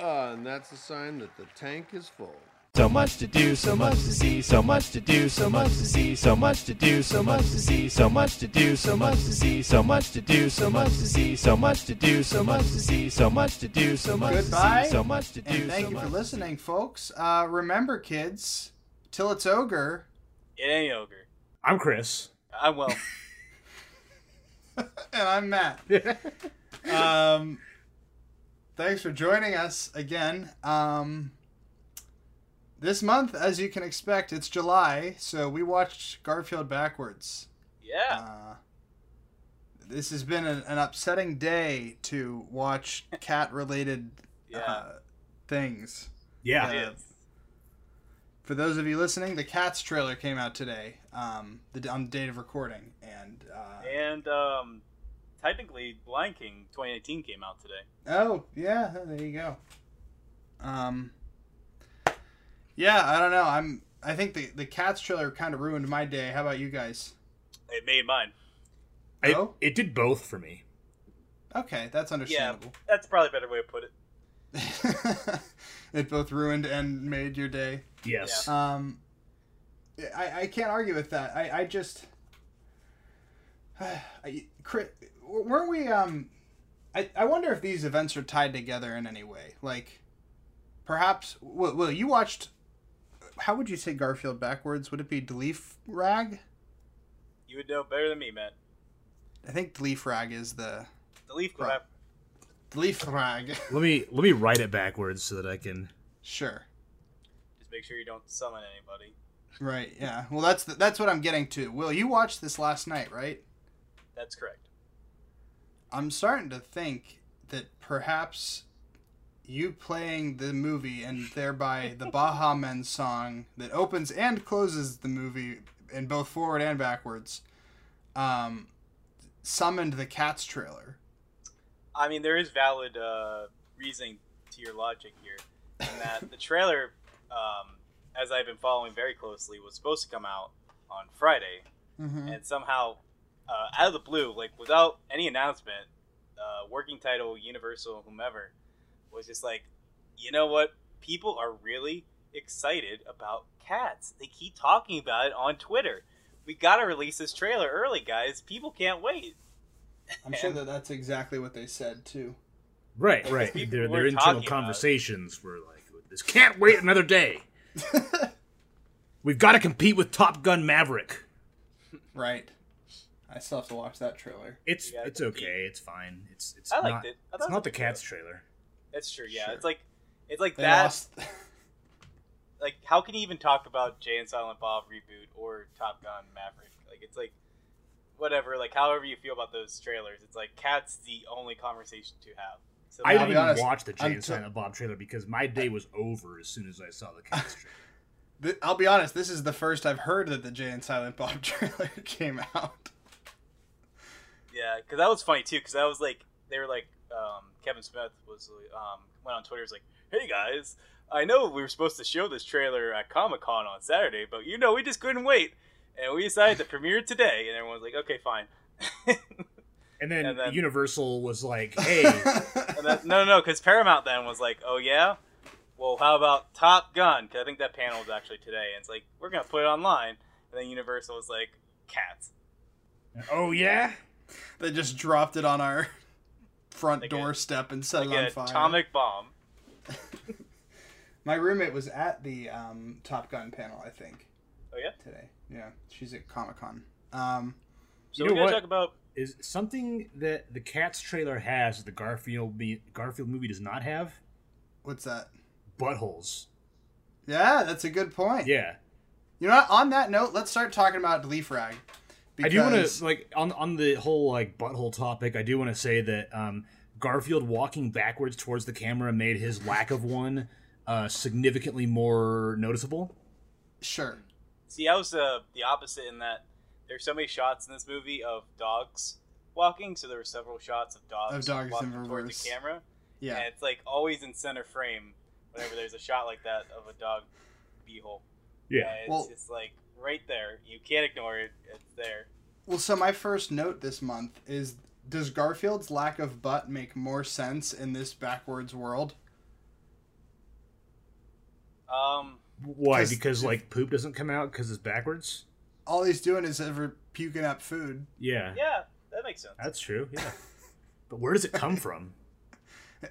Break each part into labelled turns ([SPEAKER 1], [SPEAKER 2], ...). [SPEAKER 1] Uh, and that's a sign that the tank is full.
[SPEAKER 2] So much to do, so much to see, so much to do, so much to see, so much to do, so much to see, so much to do, so much to see, so much to do, so much to see, so much to do, so much to see, so much to do, so much to
[SPEAKER 3] Goodbye,
[SPEAKER 2] see, so much to do.
[SPEAKER 3] And thank
[SPEAKER 2] so
[SPEAKER 3] you for
[SPEAKER 2] much-
[SPEAKER 3] listening, folks. Uh, remember, kids, till it's ogre.
[SPEAKER 4] It ain't ogre.
[SPEAKER 5] I'm Chris.
[SPEAKER 4] I will.
[SPEAKER 3] and I'm Matt. um, thanks for joining us again. Um, this month, as you can expect, it's July, so we watched Garfield backwards.
[SPEAKER 4] Yeah.
[SPEAKER 3] Uh, this has been an, an upsetting day to watch cat-related
[SPEAKER 4] Yeah.
[SPEAKER 3] uh, things.
[SPEAKER 5] Yeah.
[SPEAKER 3] Yeah. For those of you listening, the Cats trailer came out today, um, the, on the date of recording, and uh,
[SPEAKER 4] And um, technically, Lion King 2018 came out today.
[SPEAKER 3] Oh, yeah, there you go. Um Yeah, I don't know. I'm I think the the Cats trailer kind of ruined my day. How about you guys?
[SPEAKER 4] It made mine.
[SPEAKER 5] It,
[SPEAKER 3] Oh.
[SPEAKER 5] it did both for me.
[SPEAKER 3] Okay, that's
[SPEAKER 4] Yeah,
[SPEAKER 3] understandable.
[SPEAKER 4] that's probably a better way to put it.
[SPEAKER 3] it both ruined and made your day.
[SPEAKER 5] Yes.
[SPEAKER 3] Um I I can't argue with that. I I just I, Chris, weren't we um I, I wonder if these events are tied together in any way. Like, perhaps. Well, well you watched. How would you say Garfield backwards? Would it be Dleaf Rag?
[SPEAKER 4] You would know better than me, Matt.
[SPEAKER 3] I think Dleaf Rag is the
[SPEAKER 4] The leaf
[SPEAKER 3] Right.
[SPEAKER 4] grab.
[SPEAKER 3] Dleaf Rag.
[SPEAKER 5] Let me let me write it backwards so that I can.
[SPEAKER 3] sure.
[SPEAKER 4] Just make sure you don't summon anybody.
[SPEAKER 3] Right. Yeah. Well, that's the, that's what I'm getting to. Will you watched this last night, right?
[SPEAKER 4] That's correct.
[SPEAKER 3] I'm starting to think that perhaps you playing the movie and thereby the Baha Men song that opens and closes the movie in both forward and backwards um, summoned the Cats trailer.
[SPEAKER 4] I mean, there is valid uh, reasoning to your logic here, in that the trailer, um, as I've been following very closely, was supposed to come out on Friday,
[SPEAKER 3] Mm-hmm.
[SPEAKER 4] and somehow, uh, out of the blue, like without any announcement, uh, working title, Universal, whomever, was just like, you know what? People are really excited about cats. They keep talking about it on Twitter. We gotta release this trailer early, guys. People can't wait.
[SPEAKER 3] I'm sure that that's exactly what they said too.
[SPEAKER 5] Right, right.
[SPEAKER 4] People
[SPEAKER 5] Their,
[SPEAKER 4] were
[SPEAKER 5] their
[SPEAKER 4] talking
[SPEAKER 5] internal
[SPEAKER 4] about it.
[SPEAKER 5] conversations were like, "This can't wait another day. We've got to compete with Top Gun Maverick."
[SPEAKER 3] Right. I still have to watch that trailer.
[SPEAKER 5] It's
[SPEAKER 4] We gotta
[SPEAKER 5] it's
[SPEAKER 4] compete.
[SPEAKER 5] okay. It's fine. It's it's
[SPEAKER 4] I liked
[SPEAKER 5] not,
[SPEAKER 4] it. I thought
[SPEAKER 5] it's
[SPEAKER 4] it
[SPEAKER 5] not
[SPEAKER 4] was
[SPEAKER 5] the
[SPEAKER 4] good.
[SPEAKER 5] Cats trailer.
[SPEAKER 4] That's true. Yeah,
[SPEAKER 3] Sure.
[SPEAKER 4] it's like it's like
[SPEAKER 3] They
[SPEAKER 4] that.
[SPEAKER 3] lost.
[SPEAKER 4] Like, how can you even talk about Jay and Silent Bob reboot or Top Gun Maverick? Like, it's like whatever. Like, however you feel about those trailers, it's like Cat's the only conversation to have. So
[SPEAKER 5] I
[SPEAKER 3] I'll
[SPEAKER 4] now-
[SPEAKER 5] didn't
[SPEAKER 3] be
[SPEAKER 5] even
[SPEAKER 3] honest,
[SPEAKER 5] watch the
[SPEAKER 3] I'm
[SPEAKER 5] Jay and
[SPEAKER 3] t-
[SPEAKER 5] Silent Bob trailer because my day was over as soon as I saw the Cats trailer.
[SPEAKER 3] Th- I'll be honest, this is the first I've heard that the Jay and Silent Bob trailer came out.
[SPEAKER 4] yeah, because that was funny too. Because I was like, they were like, um, Kevin Smith was um, went on Twitter was like, "Hey guys, I know we were supposed to show this trailer at Comic Con on Saturday, but you know we just couldn't wait, and we decided to premiere it today." And everyone's like, "Okay, fine."
[SPEAKER 5] And then,
[SPEAKER 4] And then-
[SPEAKER 5] Universal was like, "Hey,
[SPEAKER 4] And that, no, no, because Paramount then was like, oh yeah, well how about Top Gun? Because I think that panel was actually today, and it's like we're gonna put it online. And then Universal was like, cats.
[SPEAKER 5] oh yeah."
[SPEAKER 3] They just dropped it on our front
[SPEAKER 4] Like a-
[SPEAKER 3] doorstep and set
[SPEAKER 4] Like
[SPEAKER 3] it
[SPEAKER 4] an
[SPEAKER 3] on fire.
[SPEAKER 4] atomic bomb.
[SPEAKER 3] My roommate was at the um, Top Gun panel, I think.
[SPEAKER 4] Oh, yeah?
[SPEAKER 3] Today, yeah, she's at Comic Con. Um,
[SPEAKER 4] So
[SPEAKER 5] You know
[SPEAKER 4] we're gonna
[SPEAKER 5] what?
[SPEAKER 4] talk about
[SPEAKER 5] Is something that the Cats trailer has that the Garfield me- Garfield movie does not have?
[SPEAKER 3] what's that?
[SPEAKER 5] Buttholes.
[SPEAKER 3] Yeah, that's a good point.
[SPEAKER 5] Yeah.
[SPEAKER 3] You know, what? on that note, let's start talking about Leaf Rag.
[SPEAKER 5] I do want to like on on the whole like butthole topic. I do want to say that um, Garfield walking backwards towards the camera made his lack of one uh, significantly more noticeable.
[SPEAKER 3] Sure.
[SPEAKER 4] see, I was uh, the opposite in that there's so many shots in this movie of dogs walking. So there were several shots of dogs,
[SPEAKER 3] Of dogs in
[SPEAKER 4] walking towards
[SPEAKER 3] reverse.
[SPEAKER 4] the camera, and
[SPEAKER 3] Yeah.
[SPEAKER 4] it's like always in center frame whenever there's a shot like that of a dog beehole. it's
[SPEAKER 3] Well-
[SPEAKER 4] just like right there. You can't ignore it. It's there.
[SPEAKER 3] Well, so my first note this month is: Does Garfield's lack of butt make more sense in this backwards world?
[SPEAKER 4] Um,
[SPEAKER 5] Why?
[SPEAKER 3] 'Cause
[SPEAKER 5] Because
[SPEAKER 3] if-
[SPEAKER 5] like poop doesn't come out because it's backwards.
[SPEAKER 3] All he's doing is ever puking up food.
[SPEAKER 5] Yeah,
[SPEAKER 4] yeah, that makes sense.
[SPEAKER 5] that's true. Yeah, but where does it come from?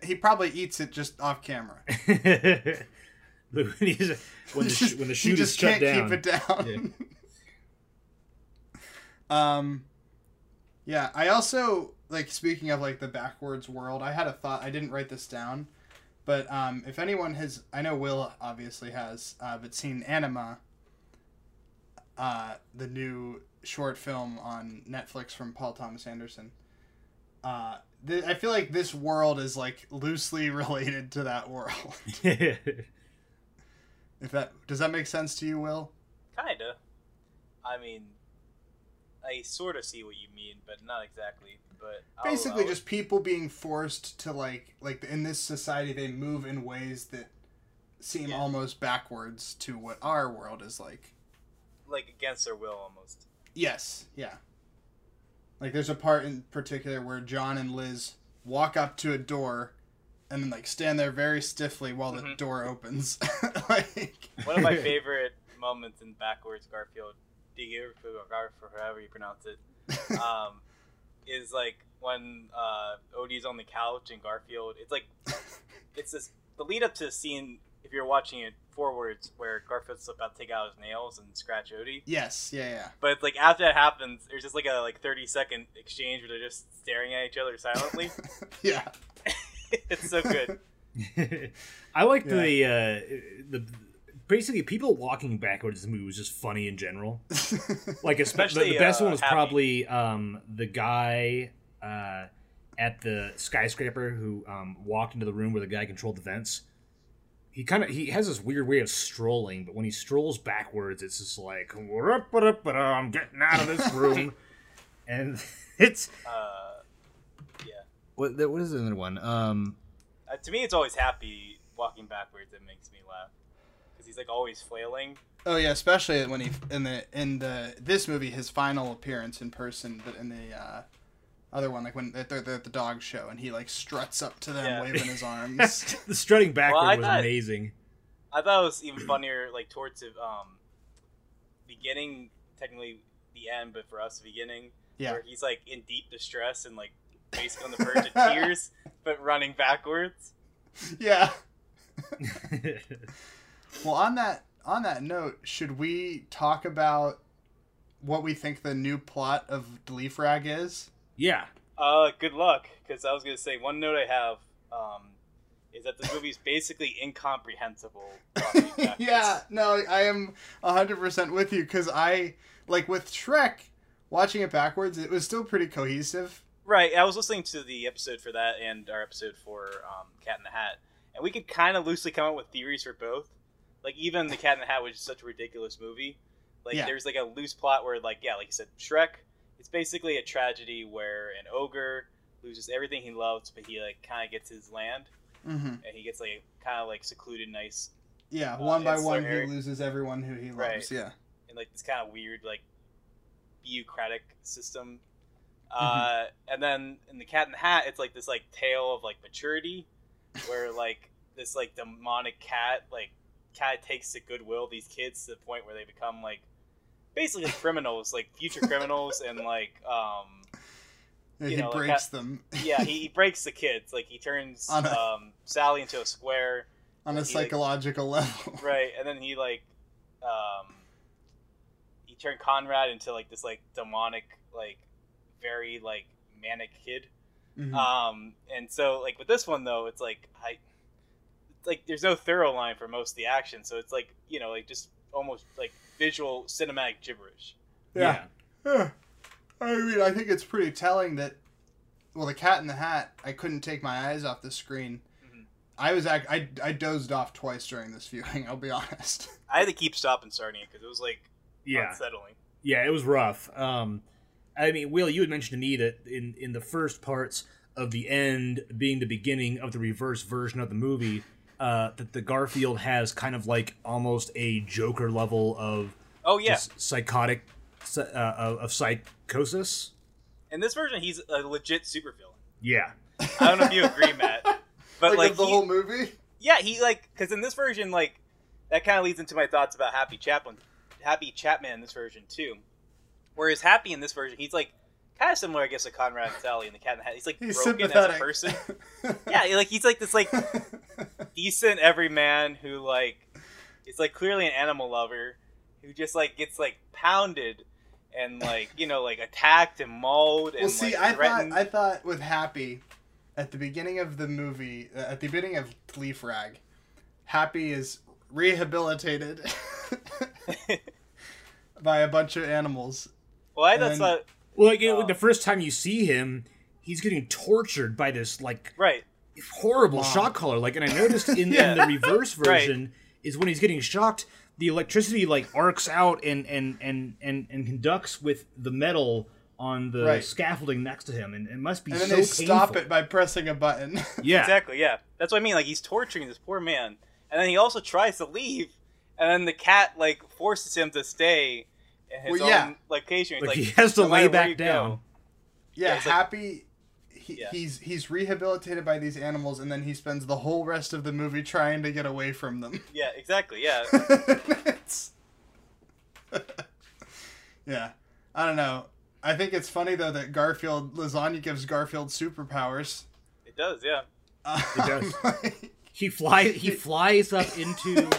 [SPEAKER 3] He probably eats it just off camera.
[SPEAKER 5] when, he's- when the sh- when the
[SPEAKER 3] he
[SPEAKER 5] shoot is
[SPEAKER 3] just
[SPEAKER 5] shut
[SPEAKER 3] can't
[SPEAKER 5] down.
[SPEAKER 3] keep it down. um, yeah. I also like speaking of like the backwards world. I had a thought. I didn't write this down, but um, if anyone has, I know Will obviously has, uh, but seen Anima, uh, the new short film on Netflix from Paul Thomas Anderson. Uh, th- I feel like this world is like loosely related to that world. if that does that make sense to you, Will?
[SPEAKER 4] Kinda. I mean, I sort of see what you mean, but not exactly. But I'll
[SPEAKER 3] basically
[SPEAKER 4] allow it.
[SPEAKER 3] just people being forced to like like in this society they move in ways that seem
[SPEAKER 4] Yeah.
[SPEAKER 3] almost backwards to what our world is like
[SPEAKER 4] like against their will almost.
[SPEAKER 3] yes yeah like there's a part in particular where john and liz walk up to a door and then like stand there very stiffly while the
[SPEAKER 4] Mhm.
[SPEAKER 3] door opens like
[SPEAKER 4] One of my favorite moments in backwards Garfield, Digger for however you pronounce it, um, is like when uh, Odie's on the couch and Garfield. It's like it's this the lead up to the scene. If you're watching it forwards, where Garfield's about to take out his nails and scratch Odie,
[SPEAKER 3] yes yeah yeah
[SPEAKER 4] but it's like after that happens, there's just like a like 30 second exchange where they're just staring at each other silently.
[SPEAKER 3] yeah
[SPEAKER 4] it's so good.
[SPEAKER 5] I like
[SPEAKER 3] Yeah.
[SPEAKER 5] the uh, the basically people walking backwards. in The movie was just funny in general. Like especially the,
[SPEAKER 4] Especially,
[SPEAKER 5] the best
[SPEAKER 4] uh,
[SPEAKER 5] one was
[SPEAKER 4] Happy.
[SPEAKER 5] probably um, the guy uh, at the skyscraper who um, walked into the room where the guy controlled the vents. He kind of he has this weird way of strolling, but when he strolls backwards, it's just like "Wa-ra-ba-ra-ba-ra, I'm getting out of this room, and it's
[SPEAKER 4] Uh,
[SPEAKER 5] what, what is the other one? Um,
[SPEAKER 4] Uh, to me, it's always happy walking backwards that makes me laugh because he's like always flailing.
[SPEAKER 3] Oh yeah, especially when he in the in the this movie his final appearance in person, but in the uh, other one like when they're, they're at the dog show and he like struts up to them
[SPEAKER 4] Yeah.
[SPEAKER 3] waving his arms.
[SPEAKER 5] the strutting backward
[SPEAKER 4] I
[SPEAKER 5] was
[SPEAKER 4] thought-
[SPEAKER 5] amazing.
[SPEAKER 4] I thought it was even funnier like towards the um, beginning, technically the end, but for us the beginning,
[SPEAKER 3] yeah,
[SPEAKER 4] where he's like in deep distress and like basically on the verge of tears, but running backwards.
[SPEAKER 3] yeah. Well, on that on that note, should we talk about what we think the new plot of Leaf Rag is?
[SPEAKER 5] yeah.
[SPEAKER 4] Uh, good luck because I was gonna say one note I have um, is that this movie is basically incomprehensible. walking backwards.
[SPEAKER 3] yeah, no, I am 100% with you because I, like with Shrek, watching it backwards, it was still pretty cohesive.
[SPEAKER 4] Right. I was listening to the episode for that and our episode for um, Cat in the Hat, and we could kind of loosely come up with theories for both. Like even the Cat in the Hat, which is such a ridiculous movie, like
[SPEAKER 3] Yeah.
[SPEAKER 4] there's like a loose plot where like yeah, like you said, Shrek. It's basically a tragedy where an ogre loses everything he loves, but he like kind of gets his land
[SPEAKER 3] Mm-hmm.
[SPEAKER 4] and he gets like kind of like secluded, nice
[SPEAKER 3] Yeah,
[SPEAKER 4] Uh,
[SPEAKER 3] one by
[SPEAKER 4] it's
[SPEAKER 3] one,
[SPEAKER 4] Larry.
[SPEAKER 3] he loses everyone who he
[SPEAKER 4] Right.
[SPEAKER 3] loves. Yeah,
[SPEAKER 4] in like this kind of weird like bureaucratic system.
[SPEAKER 3] Mm-hmm.
[SPEAKER 4] Uh, and then in the Cat in the Hat, it's like this like tale of like maturity, where like this like demonic cat like cat takes the goodwill of these kids to the point where they become like basically criminals, like future criminals, and like um
[SPEAKER 3] And
[SPEAKER 4] You
[SPEAKER 3] he
[SPEAKER 4] know, like uh,
[SPEAKER 3] breaks them
[SPEAKER 4] yeah, he, he breaks the kids, like he turns
[SPEAKER 3] On a-
[SPEAKER 4] um, Sally into a square,
[SPEAKER 3] on a
[SPEAKER 4] he, like-
[SPEAKER 3] psychological level.
[SPEAKER 4] right? And then he like um he turned Conrad into like this like demonic like very like manic kid.
[SPEAKER 3] Mhm.
[SPEAKER 4] Um and so like with this one though, it's like I it's like there's no thorough line for most of the action, so it's like, you know, like just almost like visual cinematic gibberish.
[SPEAKER 3] yeah. Yeah. I mean, I think it's pretty telling that. Well, the Cat in the Hat, I couldn't take my eyes off the screen.
[SPEAKER 4] Mhm.
[SPEAKER 3] I was act- I I dozed off twice during this viewing. I'll be honest.
[SPEAKER 4] I had to keep stopping starting it because it was like
[SPEAKER 5] Yeah.
[SPEAKER 4] unsettling.
[SPEAKER 5] Yeah, it was rough. Um, I mean, Will, you had mentioned to me that in in the first parts of the end being the beginning of the reverse version of the movie, uh, that the Garfield has kind of like almost a Joker level of
[SPEAKER 4] Oh yeah.
[SPEAKER 5] just psychotic psy- uh, of, of psychosis.
[SPEAKER 4] In this version he's a legit super villain.
[SPEAKER 5] Yeah,
[SPEAKER 4] I don't know if you agree, Matt. But like,
[SPEAKER 3] of the
[SPEAKER 4] he-
[SPEAKER 3] whole movie.
[SPEAKER 4] Yeah, he like because in this version, like that kind of leads into my thoughts about Happy Chapman. Happy Chapman in this version too, whereas Happy in this version, he's like kind of similar, I guess, to Conrad Sally in the Cat in the Hat. He's like
[SPEAKER 3] He's
[SPEAKER 4] broken as a
[SPEAKER 3] sympathetic.
[SPEAKER 4] person. yeah, like he's like this like decent everyman who like is like clearly an animal lover who just like gets like pounded and like you know like attacked and mauled and
[SPEAKER 3] well, see,
[SPEAKER 4] like,
[SPEAKER 3] I
[SPEAKER 4] threatened.
[SPEAKER 3] thought I thought with Happy at the beginning of the movie, uh, at the beginning of Leaf Rag, Happy is rehabilitated by a bunch of animals.
[SPEAKER 4] well, I thought
[SPEAKER 3] and-
[SPEAKER 4] so-
[SPEAKER 5] Well, like, it-
[SPEAKER 4] Oh.
[SPEAKER 5] the first time you see him, he's getting tortured by this like
[SPEAKER 4] right.
[SPEAKER 5] horrible
[SPEAKER 3] Mom.
[SPEAKER 5] shock collar. Like, and I noticed in,
[SPEAKER 4] Yeah.
[SPEAKER 5] in the reverse
[SPEAKER 4] Right.
[SPEAKER 5] version is when he's getting shocked, the electricity like arcs out and and and and, and conducts with the metal on the
[SPEAKER 3] Right.
[SPEAKER 5] scaffolding next to him, and it must be
[SPEAKER 3] And
[SPEAKER 5] so
[SPEAKER 3] then they stop
[SPEAKER 5] painful.
[SPEAKER 3] it by pressing a button.
[SPEAKER 5] Yeah,
[SPEAKER 4] Exactly, yeah. That's what I mean. Like he's torturing this poor man, and then he also tries to leave, and then the cat like forces him to stay in his
[SPEAKER 3] Well, yeah.
[SPEAKER 4] own location. It's
[SPEAKER 5] Like, he has to
[SPEAKER 4] "No
[SPEAKER 5] lay
[SPEAKER 4] matter where
[SPEAKER 5] back
[SPEAKER 4] you go."
[SPEAKER 5] down.
[SPEAKER 3] yeah,
[SPEAKER 4] Yeah, it's like-
[SPEAKER 3] Happy. He,
[SPEAKER 4] Yeah.
[SPEAKER 3] He's he's rehabilitated by these animals, and then he spends the whole rest of the movie trying to get away from them.
[SPEAKER 4] Yeah, exactly. Yeah,
[SPEAKER 3] It's- yeah, I don't know. I think it's funny though that Garfield lasagna gives Garfield superpowers.
[SPEAKER 4] it does. Yeah,
[SPEAKER 5] It does.
[SPEAKER 3] Like,
[SPEAKER 5] He flies. He flies up into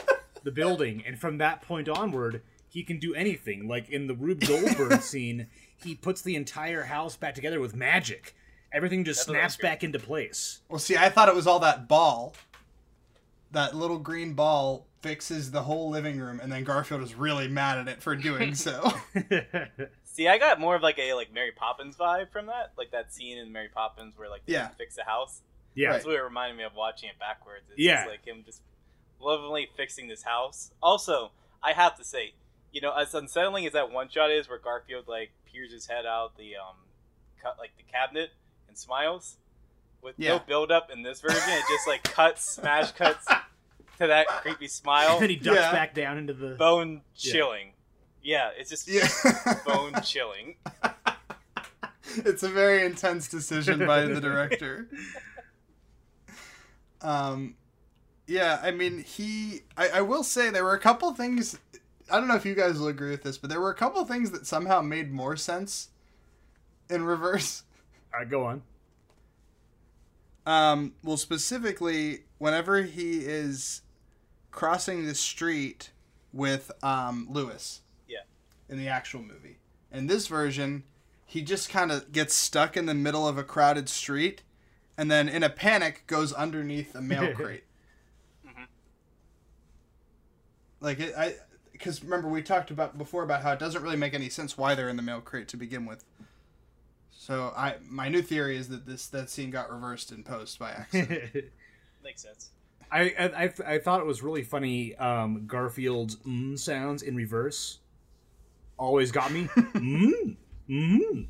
[SPEAKER 5] the building, and from that point onward, he can do anything. Like in the Rube Goldberg scene, he puts the entire house back together with magic. Everything just
[SPEAKER 4] That's what I
[SPEAKER 5] snaps
[SPEAKER 4] figured.
[SPEAKER 5] back into place.
[SPEAKER 3] well, see, I thought it was all that ball. That little green ball fixes the whole living room, and then Garfield is really mad at it for doing so.
[SPEAKER 4] See, I got more of like a like Mary Poppins vibe from that, like that scene in Mary Poppins where like they
[SPEAKER 3] Yeah.
[SPEAKER 4] fix the house.
[SPEAKER 5] Yeah,
[SPEAKER 4] That's what it reminded me of watching it backwards. It's
[SPEAKER 5] Yeah.
[SPEAKER 4] just, like him just lovingly fixing this house. Also, I have to say, you know, as unsettling as that one shot is, where Garfield like peers his head out the um, cut like the cabinet and smiles, with no
[SPEAKER 3] Yeah.
[SPEAKER 4] build up in this version, it just like cuts, smash cuts to that creepy smile.
[SPEAKER 5] and then he ducks
[SPEAKER 3] Yeah.
[SPEAKER 5] back down into the.
[SPEAKER 4] Bone
[SPEAKER 5] Yeah.
[SPEAKER 4] chilling. Yeah, it's just
[SPEAKER 3] yeah,
[SPEAKER 4] bone chilling.
[SPEAKER 3] it's a very intense decision by the director. Um, yeah, I mean, he. I, I will say there were a couple things. I don't know if you guys will agree with this, but there were a couple things that somehow made more sense in reverse.
[SPEAKER 5] All right, go on.
[SPEAKER 3] Um, well, specifically, whenever he is crossing the street with um, Lewis.
[SPEAKER 4] Yeah.
[SPEAKER 3] In the actual movie. In this version, he just kind of gets stuck in the middle of a crowded street and then in a panic goes underneath a mail crate.
[SPEAKER 4] Mm-hmm.
[SPEAKER 3] Like, it, I. Because remember, we talked about before about how it doesn't really make any sense why they're in the mail crate to begin with. So I my new theory is that this that scene got reversed in post by accident.
[SPEAKER 4] Makes sense.
[SPEAKER 5] I, I I- I thought it was really funny. Um, Garfield's mm sounds in reverse always got me. mm, mm.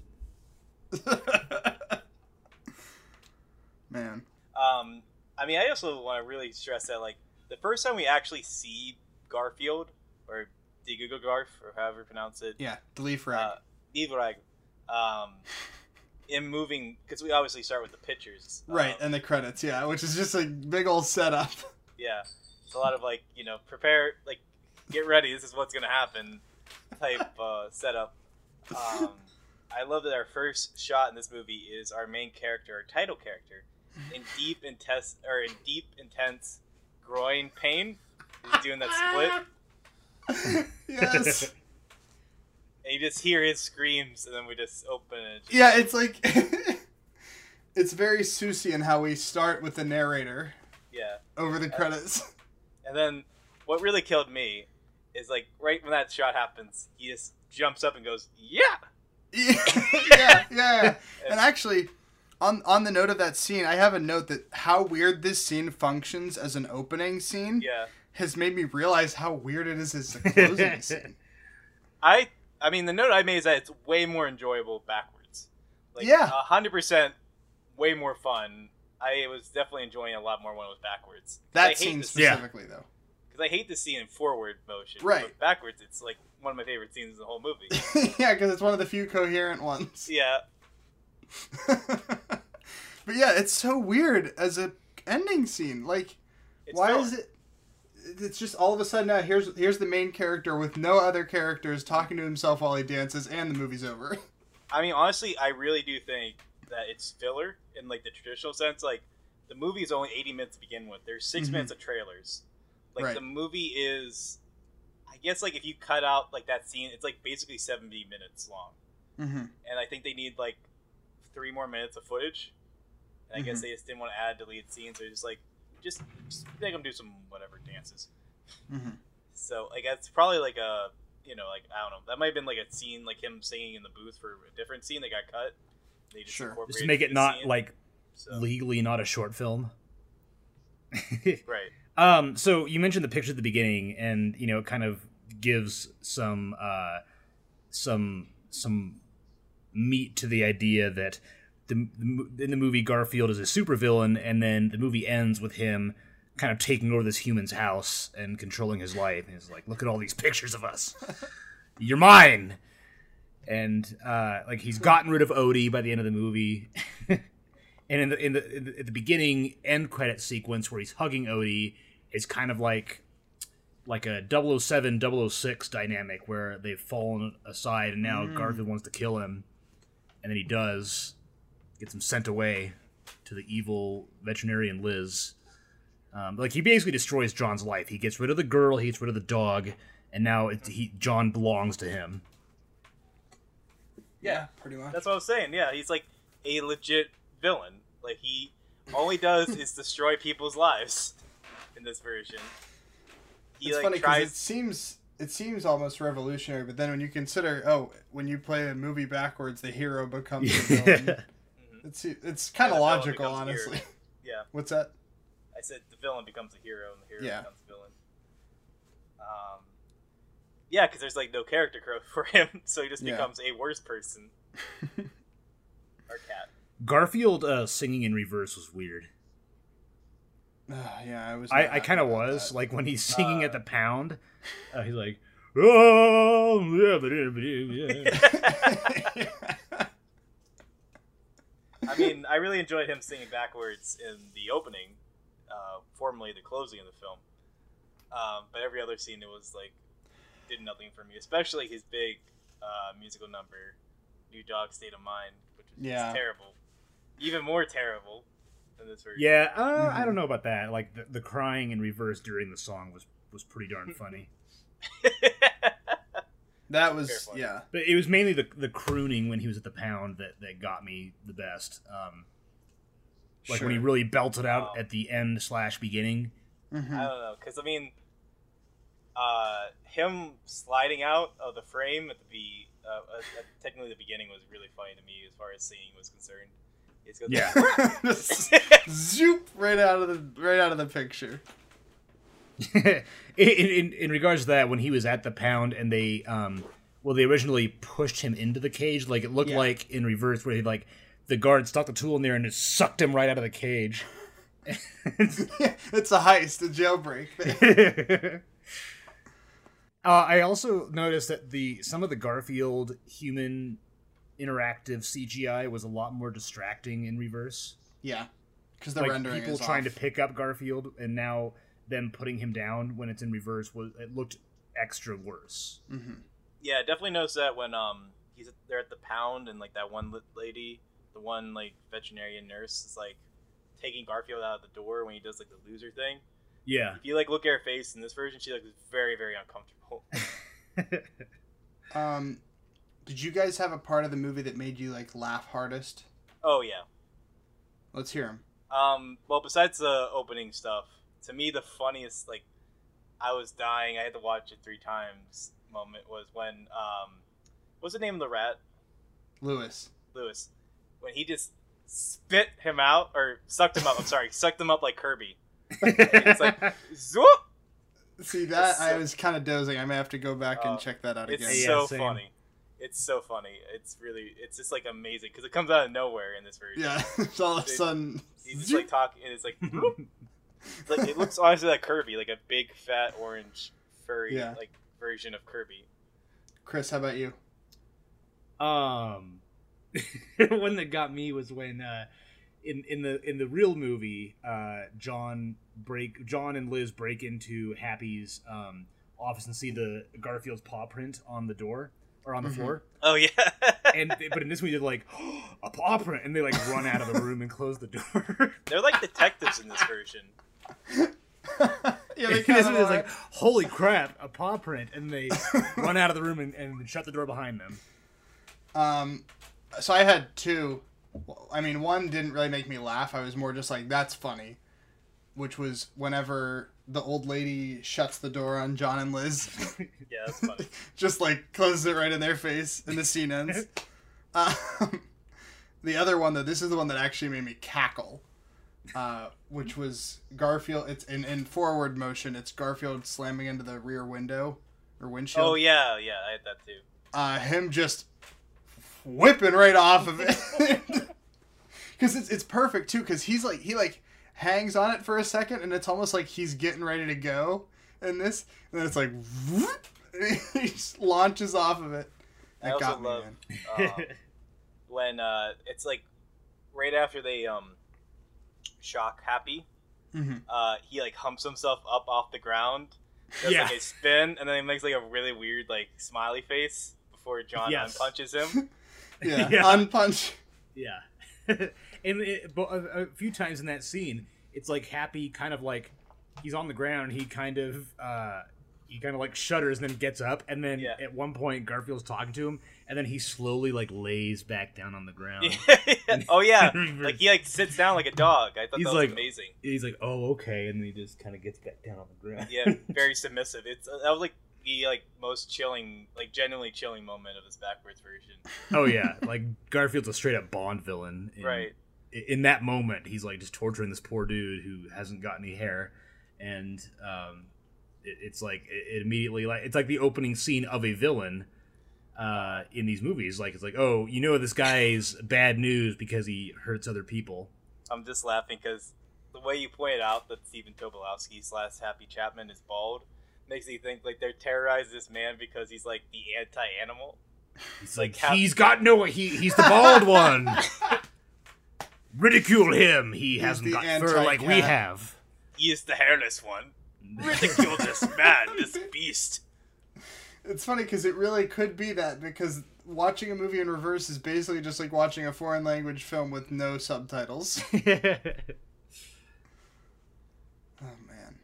[SPEAKER 3] Man.
[SPEAKER 4] Um, I mean, I also want to really stress that, like, the first time we actually see Garfield, or Digugo Garf, or however you pronounce it,
[SPEAKER 3] Yeah, the leaf rag.
[SPEAKER 4] uh, Divrag, um, in moving, because we obviously start with the pictures.
[SPEAKER 3] right,
[SPEAKER 4] Um,
[SPEAKER 3] and the credits, yeah, which is just a big old setup.
[SPEAKER 4] yeah. It's a lot of, like, you know, prepare, like, get ready, this is what's going to happen type uh, setup. Um, I love that our first shot in this movie is our main character, our title character, in deep intense or in deep intense groin pain. He's doing that split, and
[SPEAKER 3] yes.
[SPEAKER 4] you just hear his screams, and then we just open it.
[SPEAKER 3] yeah, it's like it's very Susie in how we start with the narrator
[SPEAKER 4] Yeah,
[SPEAKER 3] over the credits.
[SPEAKER 4] and then what really killed me is like right when that shot happens, he just jumps up and goes, "Yeah!"
[SPEAKER 3] yeah, yeah, yeah. And actually, on on the note of that scene, I have a note that how weird this scene functions as an opening scene
[SPEAKER 4] Yeah,
[SPEAKER 3] has made me realize how weird it is as a closing scene.
[SPEAKER 4] I, I mean, the note I made is that it's way more enjoyable backwards. Like,
[SPEAKER 3] Yeah.
[SPEAKER 4] hundred percent, way more fun. I was definitely enjoying it a lot more when it was backwards. 'Cause
[SPEAKER 3] That
[SPEAKER 4] I hate
[SPEAKER 3] scene
[SPEAKER 4] the
[SPEAKER 5] Yeah.
[SPEAKER 3] specifically, though.
[SPEAKER 4] because I hate to see in forward motion.
[SPEAKER 3] Right.
[SPEAKER 4] But backwards, it's like one of my favorite scenes in the whole movie.
[SPEAKER 3] yeah, because it's one of the few coherent ones.
[SPEAKER 4] yeah,
[SPEAKER 3] but yeah, it's so weird as a ending scene. Like,
[SPEAKER 4] it's
[SPEAKER 3] why
[SPEAKER 4] filler.
[SPEAKER 3] is it? it's just all of a sudden now here's here's the main character with no other characters talking to himself while he dances, and the movie's over.
[SPEAKER 4] I mean, honestly, I really do think that it's filler in like the traditional sense. Like the movie is only eighty minutes to begin with. There's 6
[SPEAKER 3] Mhm.
[SPEAKER 4] minutes of trailers. Like
[SPEAKER 3] Right.
[SPEAKER 4] the movie is, I guess, like if you cut out like that scene, it's like basically seventy minutes long.
[SPEAKER 3] Mm-hmm.
[SPEAKER 4] And I think they need like three more minutes of footage. And I guess
[SPEAKER 3] Mhm.
[SPEAKER 4] they just didn't want to add deleted scenes. They're just like, just, just make them do some whatever dances.
[SPEAKER 3] Mm-hmm.
[SPEAKER 4] So like that's probably like a you know like I don't know that might have been like a scene like him singing in the booth for a different scene that got cut. They just
[SPEAKER 3] Sure.
[SPEAKER 4] incorporated
[SPEAKER 5] Just to make it
[SPEAKER 4] the
[SPEAKER 5] not
[SPEAKER 4] scene.
[SPEAKER 5] like
[SPEAKER 4] So-
[SPEAKER 5] legally not a short film.
[SPEAKER 4] right.
[SPEAKER 5] Um, so you mentioned the picture at the beginning, and you know, it kind of gives some uh, some some meat to the idea that the, the mo- in the movie Garfield is a supervillain, and then the movie ends with him kind of taking over this human's house and controlling his life. And he's like, "Look at all these pictures of us. You're mine." And uh, like he's gotten rid of Odie by the end of the movie. And in the, in the in the at the beginning end credit sequence where he's hugging Odie, it's kind of like like a 007 006 dynamic where they've fallen aside and now Garfield wants to kill him and then he does gets him sent away to the evil veterinarian Liz. Um, like he basically destroys John's life. He gets rid of the girl, he gets rid of the dog, and now it, he John belongs to him.
[SPEAKER 3] Yeah, pretty much.
[SPEAKER 4] That's what I was saying. Yeah, he's like a legit villain. Like he all he does is destroy people's lives in this version. He
[SPEAKER 3] it's
[SPEAKER 4] like
[SPEAKER 3] funny because it
[SPEAKER 4] tries.
[SPEAKER 3] seems it seems almost revolutionary, but then when you consider, oh, when you play a movie backwards, the hero becomes the villain. It's it's kind
[SPEAKER 4] Yeah, the
[SPEAKER 3] of
[SPEAKER 4] villain
[SPEAKER 3] logical,
[SPEAKER 4] becomes the hero.
[SPEAKER 3] honestly.
[SPEAKER 4] Yeah.
[SPEAKER 3] What's that?
[SPEAKER 4] I said the villain becomes a hero and the hero
[SPEAKER 3] Yeah.
[SPEAKER 4] becomes a villain. Um, yeah, because there's like no character growth for him, so he just
[SPEAKER 3] Yeah.
[SPEAKER 4] becomes a worse person. or cat.
[SPEAKER 5] Garfield uh, singing in reverse was weird.
[SPEAKER 3] Ah, yeah, I was. not
[SPEAKER 5] I, I kind of
[SPEAKER 3] happy about
[SPEAKER 5] was
[SPEAKER 3] that.
[SPEAKER 5] like when he's singing at
[SPEAKER 4] Uh,
[SPEAKER 5] the pound, uh, he's like, oh, yeah, but yeah, but yeah, yeah."
[SPEAKER 4] I mean, I really enjoyed him singing backwards in the opening, uh, formerly the closing of the film. Um, but every other scene, it was like did nothing for me, especially his big uh, musical number, "New Dog State of Mind," which was
[SPEAKER 3] Yeah.
[SPEAKER 4] just terrible, even more terrible than this version.
[SPEAKER 5] yeah. Uh, I
[SPEAKER 3] Mhm.
[SPEAKER 5] don't know about that. Like the, the crying in reverse during the song was was pretty darn funny.
[SPEAKER 3] that was
[SPEAKER 4] Fair point.
[SPEAKER 3] yeah.
[SPEAKER 5] But it was mainly the the crooning when he was at the pound that that got me the best. Um, like when he
[SPEAKER 3] sure.
[SPEAKER 5] really belted
[SPEAKER 4] Wow.
[SPEAKER 5] out at the end slash beginning.
[SPEAKER 3] Mhm.
[SPEAKER 4] I don't know, because I mean, uh, him sliding out of the frame at the be uh, at, at technically the beginning was really funny to me as far as singing was concerned. It's goes,
[SPEAKER 5] Yeah.
[SPEAKER 3] Just zoop right out of the right out of the picture.
[SPEAKER 5] in, in, in regards to that, when he was at the pound and they, um, well, they originally pushed him into the cage. Like it looked
[SPEAKER 3] Yeah.
[SPEAKER 5] like in reverse, where he like the guard stuck the tool in there and just sucked him right out of the cage.
[SPEAKER 3] it's a heist, a jailbreak.
[SPEAKER 5] uh, I also noticed that the some of the Garfield human interactive CGI was a lot more distracting in reverse.
[SPEAKER 3] yeah, because the
[SPEAKER 5] like
[SPEAKER 3] rendering
[SPEAKER 5] people
[SPEAKER 3] is
[SPEAKER 5] trying
[SPEAKER 3] off.
[SPEAKER 5] to pick up Garfield and now them putting him down when it's in reverse was it looked extra worse.
[SPEAKER 3] Mhm.
[SPEAKER 4] yeah, I definitely noticed that when um he's at- they're at the pound and like that one lit lady, the one like veterinarian nurse is like taking Garfield out of the door when he does like the loser thing.
[SPEAKER 5] Yeah.
[SPEAKER 4] If you like look at her face in this version, she looks very very uncomfortable.
[SPEAKER 3] Um, did you guys have a part of the movie that made you like laugh hardest?
[SPEAKER 4] oh yeah.
[SPEAKER 3] Let's hear him.
[SPEAKER 4] Um, well, besides the opening stuff, to me the funniest, like, I was dying. I had to watch it three times. Moment was when, um, what's the name of the rat?
[SPEAKER 3] Lewis.
[SPEAKER 4] Lewis. When he just spit him out or sucked him up. I'm sorry, sucked him up like Kirby. It's like zoop.
[SPEAKER 3] See that
[SPEAKER 4] It's
[SPEAKER 3] I
[SPEAKER 4] so-
[SPEAKER 3] was kind of dozing. I may have to go back
[SPEAKER 4] Oh,
[SPEAKER 3] and check that out
[SPEAKER 4] It's
[SPEAKER 3] again.
[SPEAKER 5] Yeah,
[SPEAKER 4] so
[SPEAKER 5] same.
[SPEAKER 4] funny. It's so funny. It's really, it's just like amazing because it comes out of nowhere in this version.
[SPEAKER 3] yeah, it's all of a
[SPEAKER 4] They-
[SPEAKER 3] sudden.
[SPEAKER 4] He's just like talking, and it's like, "Zoop." It's like it looks honestly like Kirby, like a big fat orange furry
[SPEAKER 3] Yeah.
[SPEAKER 4] like version of Kirby.
[SPEAKER 3] Chris, how about you?
[SPEAKER 6] Um, one that got me was when uh,
[SPEAKER 5] in in the in the real movie, uh, John break John and Liz break into Happy's um, office and see the Garfield's paw print on the door or on the
[SPEAKER 3] Mhm.
[SPEAKER 5] floor.
[SPEAKER 4] Oh yeah.
[SPEAKER 5] And but in this movie, they're like a paw print, and they like run out of the room and close the door.
[SPEAKER 4] They're like detectives in this version.
[SPEAKER 3] yeah,
[SPEAKER 5] And
[SPEAKER 3] they
[SPEAKER 5] this
[SPEAKER 3] kind of
[SPEAKER 5] one is
[SPEAKER 3] like.
[SPEAKER 5] like, holy crap, a paw print, and they run out of the room and, and shut the door behind them.
[SPEAKER 3] Um, so I had two. I mean, one didn't really make me laugh. I was more just like, "That's funny," which was whenever the old lady shuts the door on John and Liz,
[SPEAKER 4] Yeah, that's funny.
[SPEAKER 3] just like closes it right in their face, and the scene ends. um, the other one, though, this is the one that actually made me cackle, uh, which was Garfield. It's in in forward motion. It's Garfield slamming into the rear window or windshield.
[SPEAKER 4] Oh yeah, yeah, I had that too.
[SPEAKER 3] uh, him just whipping right off of it because it's, it's perfect too because he's like he like hangs on it for a second and it's almost like he's getting ready to go in this and then it's like whoop, and he just launches off of it
[SPEAKER 4] I
[SPEAKER 3] that
[SPEAKER 4] also
[SPEAKER 3] got me
[SPEAKER 4] love-
[SPEAKER 3] man.
[SPEAKER 4] Um, when uh, it's like right after they um shock Happy,
[SPEAKER 5] Mm-hmm.
[SPEAKER 3] Mhm.
[SPEAKER 4] uh, he like humps himself up off the ground, does
[SPEAKER 5] Yeah.
[SPEAKER 4] like a spin, and then he makes like a really weird like smiley face before John
[SPEAKER 5] Yes.
[SPEAKER 4] punches him.
[SPEAKER 3] yeah,
[SPEAKER 5] Yeah.
[SPEAKER 3] unpunch
[SPEAKER 5] Yeah, and it, but a, a few times in that scene, it's like Happy kind of like he's on the ground. He kind of uh, he kind of like shudders and then gets up, and then
[SPEAKER 4] Yeah.
[SPEAKER 5] at one point Garfield's talking to him, and then he slowly like lays back down on the ground.
[SPEAKER 4] oh yeah, like he like sits down like a dog. I thought
[SPEAKER 5] He's
[SPEAKER 4] that was
[SPEAKER 5] like-
[SPEAKER 4] amazing.
[SPEAKER 5] He's like, "Oh, okay," and then he just kind of gets back down on the ground.
[SPEAKER 4] Yeah, very submissive. It's uh, that was like the like most chilling, like genuinely chilling moment of this backwards version.
[SPEAKER 5] oh yeah, like Garfield's a straight up Bond villain. in-
[SPEAKER 4] Right.
[SPEAKER 5] in that moment, he's like just torturing this poor dude who hasn't got any hair, and um, it, it's like it, it immediately like it's like the opening scene of a villain uh, in these movies. Like it's like oh, you know this guy's bad news because he hurts other people.
[SPEAKER 4] I'm just laughing because the way you pointed out that Stephen Tobolowsky slash Happy Chapman is bald makes me think like they're terrorizing this man because he's like the anti-animal.
[SPEAKER 5] He's like,
[SPEAKER 4] Like, how-
[SPEAKER 5] he's got no he he's the bald one. Ridicule him. He hasn't
[SPEAKER 3] the
[SPEAKER 5] got fur like we
[SPEAKER 3] anti-cat.
[SPEAKER 5] have.
[SPEAKER 4] He is the hairless one. Ridicule this man, this beast.
[SPEAKER 3] it's funny because it really could be that because watching a movie in reverse is basically just like watching a foreign language film with no subtitles Oh man.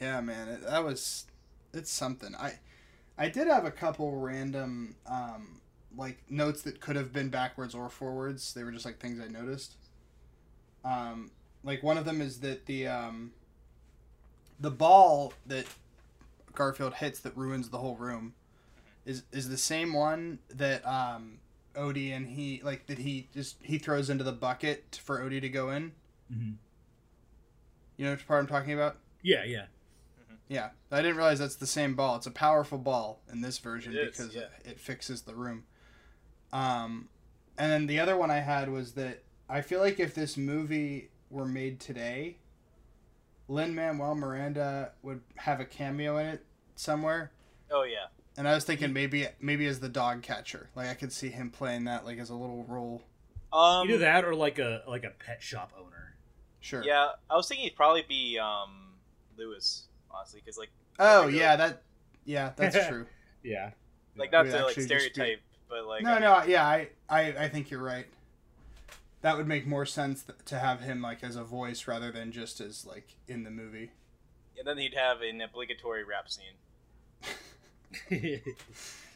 [SPEAKER 3] Yeah, man, it, that was it's something. I I did have a couple random um like notes that could have been backwards or forwards. They were just like things I noticed. Um like one of them is that the um the ball that Garfield hits that ruins the whole room is is the same one that um Odie and he like that he just he throws into the bucket for Odie to go in.
[SPEAKER 5] Mhm.
[SPEAKER 3] You know which part I'm talking about?
[SPEAKER 5] Yeah, yeah.
[SPEAKER 3] Yeah, I didn't realize that's the same ball. It's a powerful ball in this version
[SPEAKER 4] It is,
[SPEAKER 3] because
[SPEAKER 4] yeah.
[SPEAKER 3] it fixes the room. Um, and then the other one I had was that I feel like if this movie were made today, Lin Manuel Miranda would have a cameo in it somewhere.
[SPEAKER 4] Oh yeah,
[SPEAKER 3] And I was thinking maybe maybe as the dog catcher, like I could see him playing that like as a little role.
[SPEAKER 4] um,
[SPEAKER 5] Either that or like a like a pet shop owner.
[SPEAKER 3] Sure.
[SPEAKER 4] Yeah, I was thinking it'd probably be um Lewis honestly because like
[SPEAKER 3] Oh yeah, that. Yeah, that's true.
[SPEAKER 5] Yeah.
[SPEAKER 4] like
[SPEAKER 3] Yeah,
[SPEAKER 4] not
[SPEAKER 3] we'd
[SPEAKER 4] to like
[SPEAKER 3] actually just do-
[SPEAKER 4] stereotype, but like
[SPEAKER 3] no, no, yeah, I, I, I think you're right. That would make more sense th- to have him like as a voice rather than just as like in the movie.
[SPEAKER 4] and then he'd have an obligatory rap scene.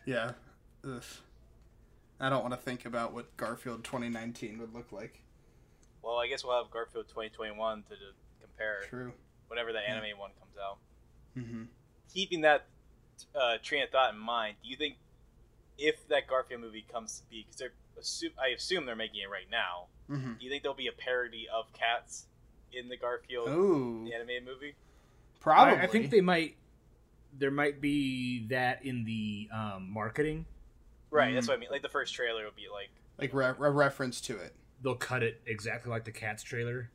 [SPEAKER 3] Yeah. Ugh. I don't want to think about what Garfield 2019 would look like.
[SPEAKER 4] Well, I guess we'll have Garfield 2021 to, to compare
[SPEAKER 3] True.
[SPEAKER 4] whenever the anime one comes out.
[SPEAKER 3] hmm
[SPEAKER 4] keeping that uh, train of thought in mind, do you think if that Garfield movie comes to be, because they're assume, I assume they're making it right now,
[SPEAKER 3] hmm
[SPEAKER 4] do you think there'll be a parody of cats in the Garfield
[SPEAKER 3] Ooh,
[SPEAKER 4] the animated movie?
[SPEAKER 3] probably.
[SPEAKER 5] I, I think they might. There might be that in the um, marketing.
[SPEAKER 4] Right,
[SPEAKER 5] Hmm.
[SPEAKER 4] that's what I mean. Like the first trailer will be like,
[SPEAKER 3] like re- a reference to it.
[SPEAKER 5] They'll cut it exactly like the Cats trailer,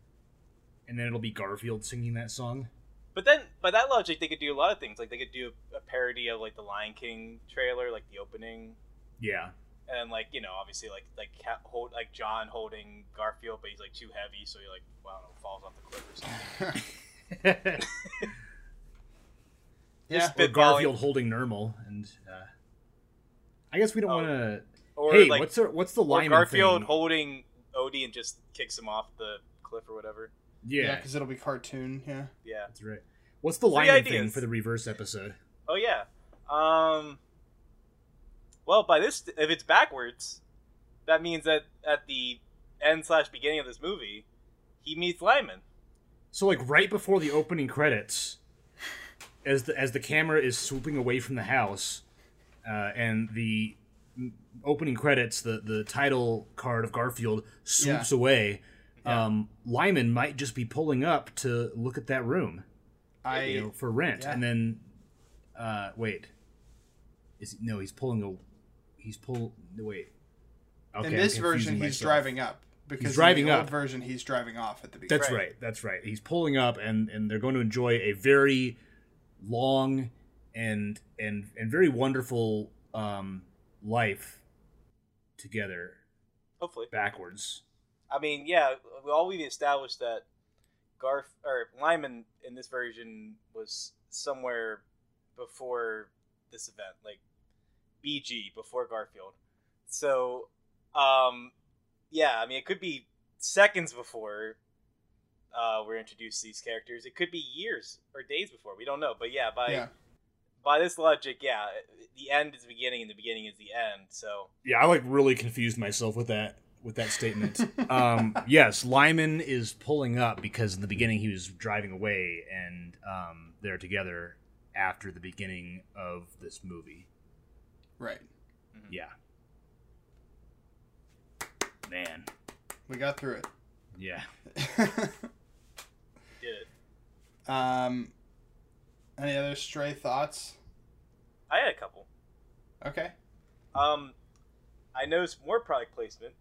[SPEAKER 5] and then it'll be Garfield singing that song.
[SPEAKER 4] but then by that logic, they could do a lot of things. Like they could do a, parody of like the Lion King trailer, like the opening,
[SPEAKER 5] Yeah.
[SPEAKER 4] and then like you know obviously like like Ca- hold like John holding Garfield, but he's like too heavy, so he like well, I don't know, falls off the cliff or something.
[SPEAKER 3] Yeah.
[SPEAKER 5] or
[SPEAKER 4] Spitballing.
[SPEAKER 5] Garfield holding Nermal, and uh, I guess we don't
[SPEAKER 4] Oh.
[SPEAKER 5] want to.
[SPEAKER 4] Or
[SPEAKER 5] Hey,
[SPEAKER 4] like
[SPEAKER 5] what's the what's the
[SPEAKER 4] or
[SPEAKER 5] line?
[SPEAKER 4] Garfield
[SPEAKER 5] thing?
[SPEAKER 4] holding Odie and just kicks him off the cliff or whatever.
[SPEAKER 5] yeah,
[SPEAKER 3] Yeah, because it'll be cartoon. Yeah.
[SPEAKER 4] Yeah.
[SPEAKER 5] that's right. What's the
[SPEAKER 4] Three
[SPEAKER 5] line thing
[SPEAKER 4] ideas.
[SPEAKER 5] for the reverse episode?
[SPEAKER 4] Oh yeah. Um. Well, by this, if it's backwards, that means that at the end slash beginning of this movie, he meets Lyman.
[SPEAKER 5] So like right before the opening credits, as the as the camera is swooping away from the house, uh, and the m- opening credits, the the title card of Garfield swoops away. Um, Lyman might just be pulling up to look at that room
[SPEAKER 3] I
[SPEAKER 5] you know, for rent,
[SPEAKER 3] yeah.
[SPEAKER 5] and then uh, wait, is he, no, he's pulling a, he's pull no, wait. Okay,
[SPEAKER 3] in this
[SPEAKER 5] I'm
[SPEAKER 3] version
[SPEAKER 5] confusing
[SPEAKER 3] he's
[SPEAKER 5] myself.
[SPEAKER 3] driving up because
[SPEAKER 5] driving
[SPEAKER 3] in the old
[SPEAKER 5] up.
[SPEAKER 3] version he's driving off at the beginning.
[SPEAKER 5] That's right.
[SPEAKER 4] Right.
[SPEAKER 5] That's right. He's pulling up, and and they're going to enjoy a very long and and and very wonderful um, life together
[SPEAKER 4] Hopefully,
[SPEAKER 5] backwards.
[SPEAKER 4] I mean, yeah. We all we've established that Garf or Lyman in this version was somewhere before this event, like BG before Garfield. So, um, yeah. I mean, it could be seconds before uh, we're introduced to these characters. It could be years or days before. We don't know. But yeah, by
[SPEAKER 3] Yeah.
[SPEAKER 4] by this logic, yeah, the end is the beginning, and the beginning is the end. So
[SPEAKER 5] Yeah, I like really confused myself with that with that statement. um, yes, Lyman is pulling up because in the beginning he was driving away, and um, they're together after the beginning of this movie.
[SPEAKER 3] Right.
[SPEAKER 5] Yeah, man.
[SPEAKER 3] We got through
[SPEAKER 5] Yeah.
[SPEAKER 3] it.
[SPEAKER 4] did it.
[SPEAKER 3] um, any other stray thoughts?
[SPEAKER 4] I had a couple.
[SPEAKER 3] Okay.
[SPEAKER 4] Um, I noticed more product placement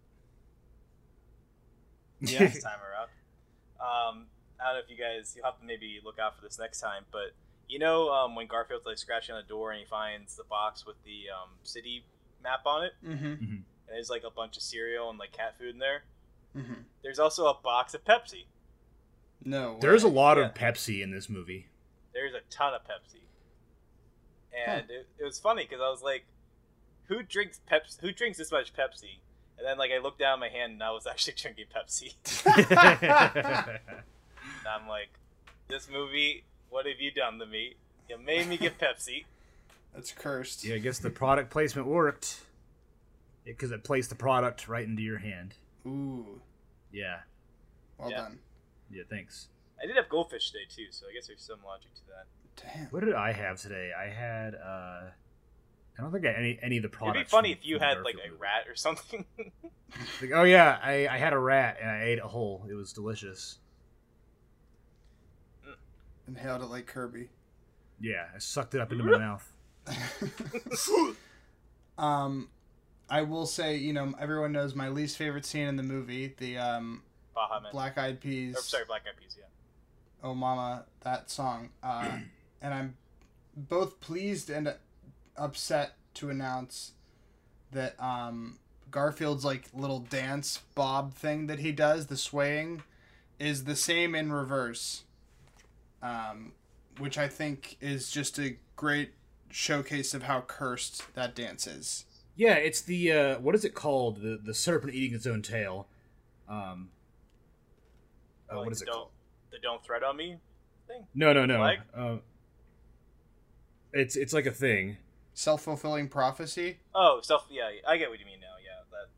[SPEAKER 3] Yeah.
[SPEAKER 4] this time around. Um, I don't know if you guys you'll have to maybe look out for this next time, but you know um, when Garfield's like scratching on the door and he finds the box with the um, city map on it,
[SPEAKER 3] mm-hmm.
[SPEAKER 4] and there's like a bunch of cereal and like cat food in there.
[SPEAKER 3] Mm-hmm.
[SPEAKER 4] There's also a box of Pepsi.
[SPEAKER 3] No.
[SPEAKER 5] There's a
[SPEAKER 3] way.
[SPEAKER 5] lot of Pepsi in this movie.
[SPEAKER 4] There's a ton of Pepsi, and it, it was funny because I was like, "Who drinks Pepsi? Who drinks this much Pepsi?" And then like I looked down at my hand and I was actually drinking Pepsi. And I'm like, this movie, what have you done to me? You made me get Pepsi.
[SPEAKER 3] That's cursed.
[SPEAKER 5] I guess the product placement worked because it placed the product right into your hand.
[SPEAKER 3] Ooh.
[SPEAKER 5] Yeah.
[SPEAKER 3] Well
[SPEAKER 4] Yeah.
[SPEAKER 3] done.
[SPEAKER 5] Yeah. Thanks.
[SPEAKER 4] I did have goldfish today too, so I guess there's some logic to that.
[SPEAKER 3] Damn.
[SPEAKER 5] What did I have today? I had. uh I don't think I any any of the products.
[SPEAKER 4] It'd be funny
[SPEAKER 5] from-
[SPEAKER 4] if you
[SPEAKER 5] from the
[SPEAKER 4] had like
[SPEAKER 5] Garfield
[SPEAKER 4] a
[SPEAKER 5] movie.
[SPEAKER 4] rat or something.
[SPEAKER 5] Like, oh yeah, I, I had a rat and I ate a whole. It was delicious.
[SPEAKER 3] Inhaled it like Kirby.
[SPEAKER 5] Yeah, I sucked it up into my mouth.
[SPEAKER 3] Um, I will say, you know, everyone knows my least favorite scene in the movie, the um,
[SPEAKER 4] Baja Man.
[SPEAKER 3] Black Eyed Peas.
[SPEAKER 4] or, sorry, Black Eyed Peas. Yeah.
[SPEAKER 3] Oh Mama, that song. Uh, and I'm both pleased and upset to announce that um, Garfield's like little dance bob thing that he does, the swaying, is the same in reverse, um, which I think is just a great showcase of how cursed that dance is.
[SPEAKER 5] Yeah, it's the uh, what is it called? The the serpent eating its own tail. Um, uh,
[SPEAKER 4] Like,
[SPEAKER 5] what is it
[SPEAKER 4] don't,
[SPEAKER 5] called?
[SPEAKER 4] The don't thread on me.
[SPEAKER 5] No, no, no.
[SPEAKER 4] Flag?
[SPEAKER 5] Uh, it's it's like a thing.
[SPEAKER 3] Self fulfilling prophecy.
[SPEAKER 4] Oh, self. Yeah, I get what you mean now. Yeah, that.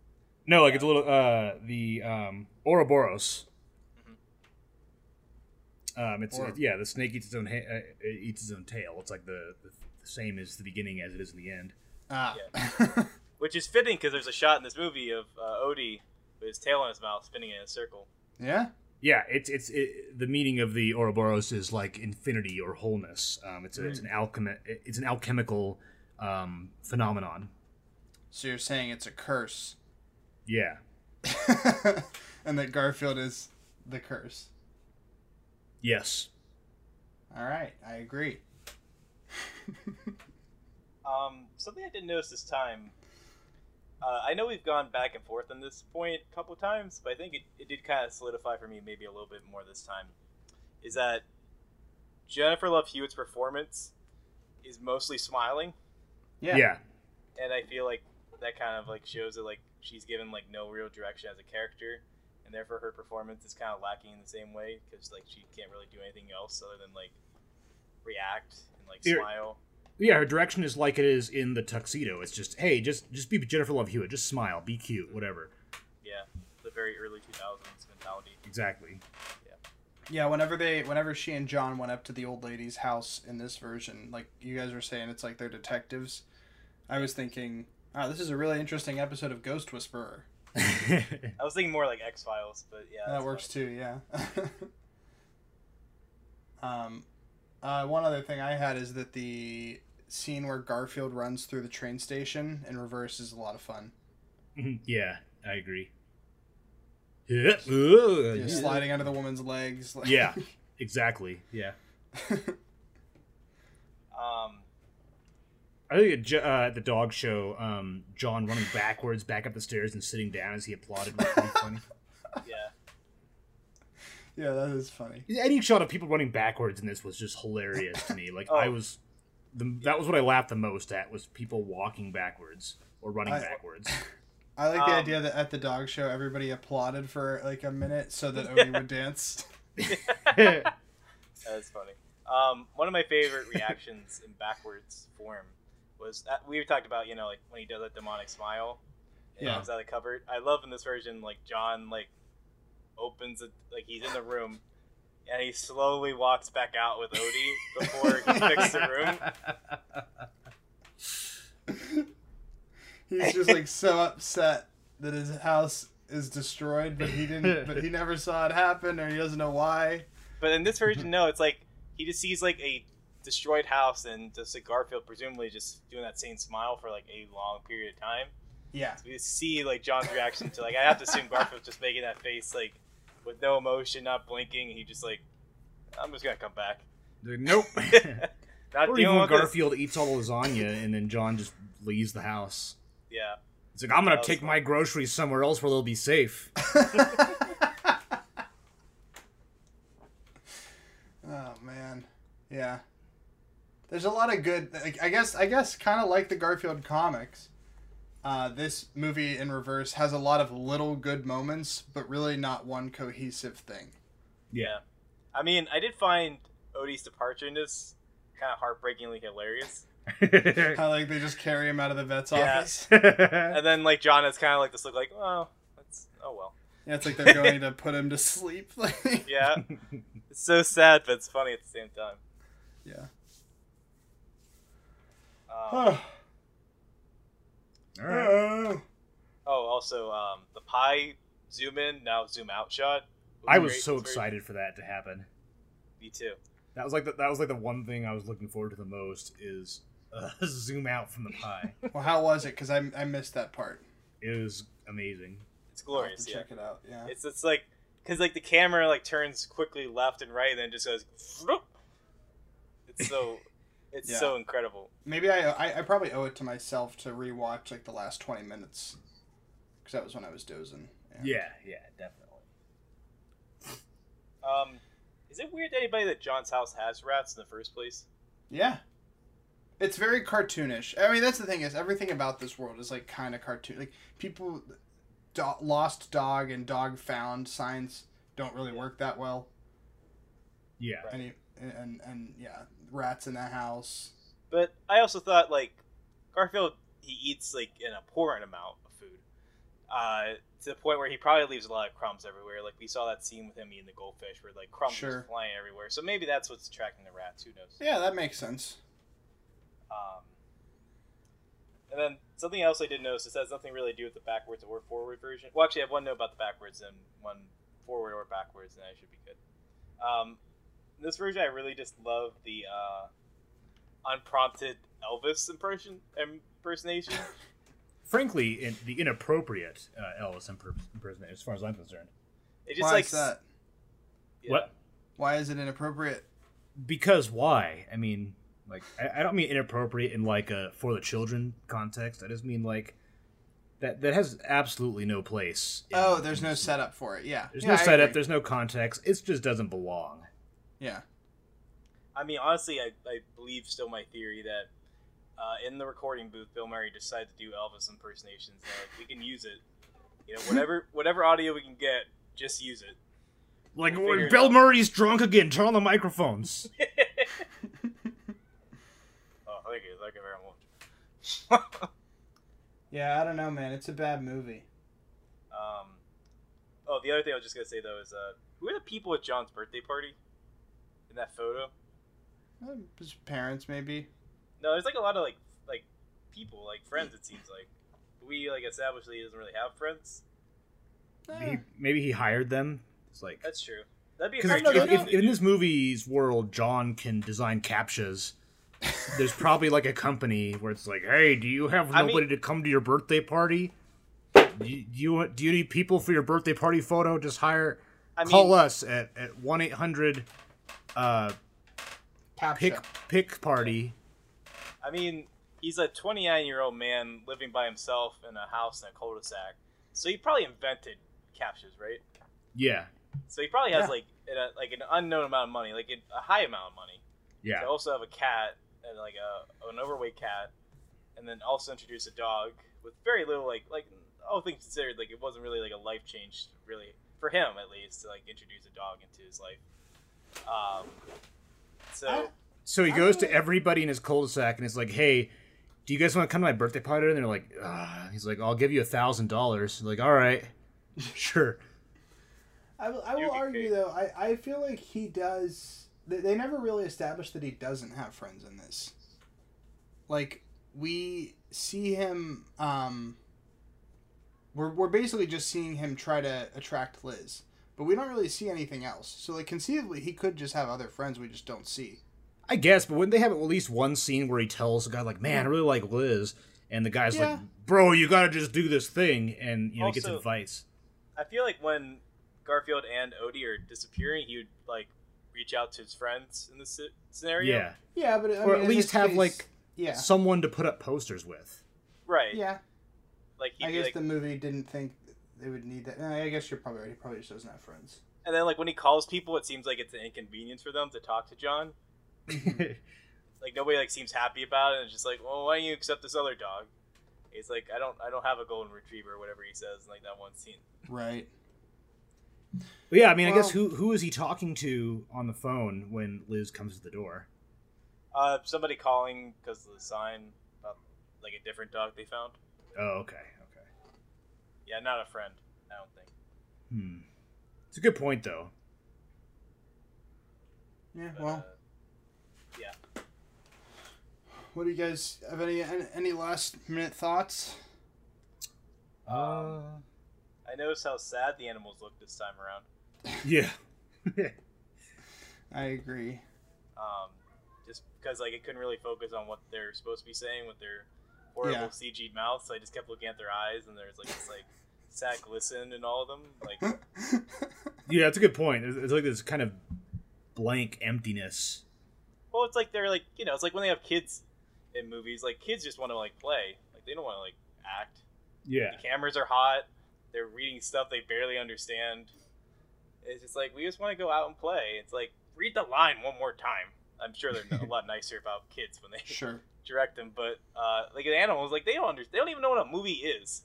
[SPEAKER 5] No, like it's a little uh the um Ouroboros. Um, it's
[SPEAKER 3] Mm-hmm. Or-
[SPEAKER 5] it- yeah, the snake eats its own ha- uh, it eats its own tail. It's like the, the same as the beginning as it is in the end.
[SPEAKER 3] Ah.
[SPEAKER 4] Which is fitting because there's a shot in this movie of uh, Odie with his tail in his mouth spinning in a circle.
[SPEAKER 3] yeah?
[SPEAKER 5] Yeah, it's it's it, the meaning of the Ouroboros is like infinity or wholeness. Um, it's a, it's an
[SPEAKER 3] Mm.
[SPEAKER 5] alchemy it's an alchemical um phenomenon.
[SPEAKER 3] So you're saying it's a curse.
[SPEAKER 5] Yeah,
[SPEAKER 3] and that Garfield is the curse.
[SPEAKER 5] yes.
[SPEAKER 3] All right, I agree.
[SPEAKER 4] Um, something I didn't notice this time Uh, I know we've gone back and forth on this point a couple times, but I think it, it did kind of solidify for me maybe a little bit more this time. Is that Jennifer Love Hewitt's performance is mostly smiling,
[SPEAKER 3] Yeah.
[SPEAKER 5] yeah.
[SPEAKER 4] and I feel like that kind of like shows that like she's given like no real direction as a character, and therefore her performance is kind of lacking in the same way because like she can't really do anything else other than like react and like
[SPEAKER 5] Here-
[SPEAKER 4] smile.
[SPEAKER 5] Yeah, her direction is like it is in the tuxedo. It's just, hey, just just be Jennifer Love Hewitt. Just smile, be cute, whatever.
[SPEAKER 4] Yeah, the very early two thousands mentality.
[SPEAKER 5] Exactly.
[SPEAKER 3] Yeah, whenever they whenever she and John went up to the old lady's house in this version, like you guys were saying it's like they're detectives. I was thinking, oh, this is a really interesting episode of Ghost Whisperer.
[SPEAKER 4] I was thinking more like X Files, but yeah,
[SPEAKER 3] that
[SPEAKER 4] that's
[SPEAKER 3] works
[SPEAKER 4] fine.
[SPEAKER 3] too, yeah. um uh, one other thing I had is that the scene where Garfield runs through the train station in reverse is a lot of fun.
[SPEAKER 5] Mhm, yeah, I agree. Yeah, uh,
[SPEAKER 3] Just
[SPEAKER 5] yeah.
[SPEAKER 3] sliding under the woman's legs. like-
[SPEAKER 5] Yeah. exactly. Yeah,
[SPEAKER 4] Um,
[SPEAKER 5] I think at, Jo- uh, at the dog show, um, John running backwards, back up the stairs, and sitting down as he applauded. Was pretty funny.
[SPEAKER 4] yeah,
[SPEAKER 3] yeah, that is funny.
[SPEAKER 5] Any shot of people running backwards in this was just hilarious to me. Like
[SPEAKER 4] Oh.
[SPEAKER 5] I was, the, that was what I laughed the most at was people walking backwards or running
[SPEAKER 3] I-
[SPEAKER 5] backwards.
[SPEAKER 3] I like the
[SPEAKER 4] Um,
[SPEAKER 3] idea that at the dog show everybody applauded for like a minute so that Odie would dance.
[SPEAKER 4] that's funny. Um, one of my favorite reactions in backwards form was uh we talked about you know like when he does that demonic smile, and
[SPEAKER 3] Yeah.
[SPEAKER 4] comes out of the cupboard. I love in this version like John like opens it like he's in the room. And he slowly walks back out with Odie before he fixes the room.
[SPEAKER 3] He's just like so upset that his house is destroyed, but he didn't. But he never saw it happen, or he doesn't know why.
[SPEAKER 4] But in this version, no, it's like he just sees like a destroyed house and just like Garfield presumably just doing that same smile for like a long period of time.
[SPEAKER 3] Yeah,
[SPEAKER 4] we see like John's reaction to like I have to assume Garfield's just making that face like with no emotion, not blinking. He just like I'm just gonna come back.
[SPEAKER 5] nope.
[SPEAKER 4] Not
[SPEAKER 5] or even
[SPEAKER 4] dealing
[SPEAKER 5] when
[SPEAKER 4] with Garfield.
[SPEAKER 5] Garfield eats all the lasagna and then John just leaves the house.
[SPEAKER 4] Yeah,
[SPEAKER 5] It's like I'm gonna
[SPEAKER 4] That was
[SPEAKER 5] take
[SPEAKER 4] fun.
[SPEAKER 5] my groceries somewhere else where they'll be safe.
[SPEAKER 3] Oh man, yeah. There's a lot of good. Like, I guess. I guess kind of like the Garfield comics. Uh, this movie in reverse has a lot of little good moments, but really not one cohesive thing.
[SPEAKER 4] yeah. I mean, I did find Odie's departure in this kind of heartbreakingly hilarious.
[SPEAKER 3] How like they just carry him out of the vet's
[SPEAKER 4] Yeah.
[SPEAKER 3] office.
[SPEAKER 5] yeah,
[SPEAKER 4] And then like John has kind of like this look like oh that's oh well
[SPEAKER 3] Yeah, it's like they're going to put him to sleep. Like,
[SPEAKER 4] yeah. it's so sad, but it's funny at the same time.
[SPEAKER 3] yeah.
[SPEAKER 4] Um,
[SPEAKER 3] Oh,
[SPEAKER 5] All right.
[SPEAKER 4] oh, also um, the pie zoom in now zoom out shot.
[SPEAKER 5] I was
[SPEAKER 4] great.
[SPEAKER 5] so
[SPEAKER 4] It's very-
[SPEAKER 5] excited for that to happen.
[SPEAKER 4] Me too.
[SPEAKER 5] That was like the, that was like the one thing I was looking forward to the most is uh, zoom out from the pie.
[SPEAKER 3] Well, how was it? Because I, I missed that part.
[SPEAKER 5] it was amazing.
[SPEAKER 4] It's
[SPEAKER 3] I'll have to
[SPEAKER 4] glorious. Yeah.
[SPEAKER 3] Check it out. Yeah.
[SPEAKER 4] It's it's like because like the camera like turns quickly left and right, and then just goes. vroom. It's so, it's
[SPEAKER 3] Yeah.
[SPEAKER 4] so incredible.
[SPEAKER 3] Maybe I, I I probably owe it to myself to rewatch like the last twenty minutes, because that was when I was dozing.
[SPEAKER 5] Yeah, yeah, definitely.
[SPEAKER 4] Um, is it weird to anybody that John's house has rats in the first place?
[SPEAKER 3] Yeah. It's very cartoonish. I mean, that's the thing is everything about this world is like kind of cartoon. Like people, do- lost dog and dog found signs don't really work that well.
[SPEAKER 5] Yeah,
[SPEAKER 4] Right.
[SPEAKER 3] Any and, and and yeah, rats in the house.
[SPEAKER 4] But I also thought like Garfield he eats like an abhorrent amount of food, uh, to the point where he probably leaves a lot of crumbs everywhere. Like we saw that scene with him eating the goldfish, where like crumbs
[SPEAKER 3] Sure.
[SPEAKER 4] were flying everywhere. So maybe that's what's attracting the rats. Who knows?
[SPEAKER 3] Yeah, that makes sense.
[SPEAKER 4] Um, and then something else I did notice. This has nothing really to do with the backwards or forward version. Well, actually, I have one note about the backwards and one forward or backwards, and I should be good. Um, in this version, I really just love the uh, unprompted Elvis impression impersonation.
[SPEAKER 5] frankly, in, the inappropriate uh, Ellis imper- impersonation, as far as I'm concerned.
[SPEAKER 4] It just
[SPEAKER 3] Why
[SPEAKER 4] like
[SPEAKER 3] is that?
[SPEAKER 4] yeah.
[SPEAKER 5] What?
[SPEAKER 3] Why is it inappropriate?
[SPEAKER 5] Because why? I mean, like, I, I don't mean inappropriate in like a for the children context. I just mean like that that has absolutely no place. in-
[SPEAKER 3] Oh, there's no setup for it. Yeah.
[SPEAKER 5] There's
[SPEAKER 3] Yeah,
[SPEAKER 5] no
[SPEAKER 3] I
[SPEAKER 5] setup.
[SPEAKER 3] agree.
[SPEAKER 5] There's no context. It just doesn't belong.
[SPEAKER 3] Yeah.
[SPEAKER 4] I mean, honestly, I, I believe still my theory that uh, in the recording booth, Bill Murray decided to do Elvis impersonations. They're Like, we can use it. You know, whatever whatever audio we can get, just use it.
[SPEAKER 5] Like
[SPEAKER 4] We'll figure it
[SPEAKER 5] Bill
[SPEAKER 4] out.
[SPEAKER 5] Murray's drunk again. Turn on the microphones.
[SPEAKER 4] Oh, thank you, thank you very much.
[SPEAKER 3] Yeah, I don't know, man. It's a bad movie.
[SPEAKER 4] Um, oh, the other thing I was just gonna say though is, uh, who are the people at John's birthday party? In that photo?
[SPEAKER 3] Uh, His parents, maybe.
[SPEAKER 4] No, there's like a lot of like like people, like friends. It seems like we like established that he doesn't really have friends.
[SPEAKER 3] Eh,
[SPEAKER 5] He- maybe he hired them. It's like
[SPEAKER 4] That's true. That'd be a
[SPEAKER 5] because
[SPEAKER 4] great
[SPEAKER 3] No,
[SPEAKER 5] if,
[SPEAKER 3] they
[SPEAKER 5] if,
[SPEAKER 3] don't.
[SPEAKER 5] in this movie's world, John can design captchas. There's probably like a company where it's like, hey, do you have
[SPEAKER 4] I mean-
[SPEAKER 5] nobody to come to your birthday party? Do you, do you do you need people for your birthday party photo? Just hire.
[SPEAKER 4] I mean,
[SPEAKER 5] call us at at one eight hundred. Uh,
[SPEAKER 3] Captcha.
[SPEAKER 5] pick pick party.
[SPEAKER 4] I mean, he's a 29 year old man living by himself in a house in a cul-de-sac. So he probably invented captures, right?
[SPEAKER 5] Yeah,
[SPEAKER 4] So he probably has
[SPEAKER 3] Yeah.
[SPEAKER 4] like an, uh, like an unknown amount of money, like an- a high amount of money.
[SPEAKER 5] yeah.
[SPEAKER 4] To also have a cat and like a an overweight cat, and then also introduce a dog with very little like like all things considered, like it wasn't really like a life change really for him at least to like introduce a dog into his life. Um, so
[SPEAKER 3] I-
[SPEAKER 5] So he goes to everybody in his cul-de-sac and is like, "Hey, do you guys want to come to my birthday party?" And they're like, Ugh. "He's like, I'll give you a thousand dollars." Like, all right, sure.
[SPEAKER 3] I will, I will
[SPEAKER 4] Yuki
[SPEAKER 3] argue
[SPEAKER 4] Kate.
[SPEAKER 3] though. I, I feel like he does. They, they never really established that he doesn't have friends in this. Like we see him. Um, we're we're basically just seeing him try to attract Liz, but we don't really see anything else. So like conceivably, he could just have other friends we just don't see.
[SPEAKER 5] I guess, but wouldn't they have at least one scene where he tells the guy like, "Man, I really like Liz," and the guy's like,
[SPEAKER 3] Yeah.
[SPEAKER 5] "Bro, you gotta just do this thing," and you know, he gets
[SPEAKER 4] Also-
[SPEAKER 5] advice.
[SPEAKER 4] I feel like when Garfield and Odie are disappearing, he would like reach out to his friends in this sce- scenario.
[SPEAKER 5] Yeah,
[SPEAKER 3] Yeah, but I
[SPEAKER 5] Or
[SPEAKER 3] mean,
[SPEAKER 5] at
[SPEAKER 3] in
[SPEAKER 5] least
[SPEAKER 3] this
[SPEAKER 5] have,
[SPEAKER 3] case-
[SPEAKER 5] like,
[SPEAKER 3] yeah,
[SPEAKER 5] someone to put up posters with.
[SPEAKER 4] right.
[SPEAKER 3] yeah.
[SPEAKER 4] Like he'd
[SPEAKER 3] I
[SPEAKER 4] be
[SPEAKER 3] guess
[SPEAKER 4] like,
[SPEAKER 3] the movie didn't think they would need that. I guess you're probably right. He probably just doesn't have friends.
[SPEAKER 4] and then like when he calls people, it seems like it's an inconvenience for them to talk to John. Like nobody like seems happy about it. And it's just like, well, why don't you accept this other dog? It's like I don't, I don't have a golden retriever, or whatever he says, in, like that one scene.
[SPEAKER 3] Right.
[SPEAKER 5] But yeah, I mean, I guess
[SPEAKER 3] Well-
[SPEAKER 5] who who is he talking to on the phone when Liz comes to the door?
[SPEAKER 4] Uh, somebody calling because of the sign about like a different dog they found.
[SPEAKER 5] Oh, okay, okay.
[SPEAKER 4] Yeah, not a friend. I don't think.
[SPEAKER 5] Hmm. It's a good point though.
[SPEAKER 3] Yeah.
[SPEAKER 4] But,
[SPEAKER 3] Well.
[SPEAKER 4] uh,
[SPEAKER 3] What do you guys have any an- any last minute thoughts?
[SPEAKER 5] Uh,
[SPEAKER 4] I noticed how sad the animals looked this time around.
[SPEAKER 5] yeah.
[SPEAKER 3] I agree.
[SPEAKER 4] um, just because like I couldn't really focus on what they're supposed to be saying with their horrible
[SPEAKER 3] Yeah.
[SPEAKER 4] CG mouths. So I just kept looking at their eyes, and there's like this like sad glisten in all of them. Like
[SPEAKER 5] Yeah, it's a good point. It's, it's like this kind of blank emptiness.
[SPEAKER 4] well, it's like they're like you know, it's like when they have kids in movies. Like kids just want to like play. Like they don't want to like act.
[SPEAKER 5] Yeah.
[SPEAKER 4] The cameras are hot. They're reading stuff they barely understand. It's just like we just want to go out and play. It's like read the line one more time. I'm sure they're a lot nicer about kids when they
[SPEAKER 3] sure.
[SPEAKER 4] direct them, but uh, like the animals, like they don't understand. They don't even know what a movie is.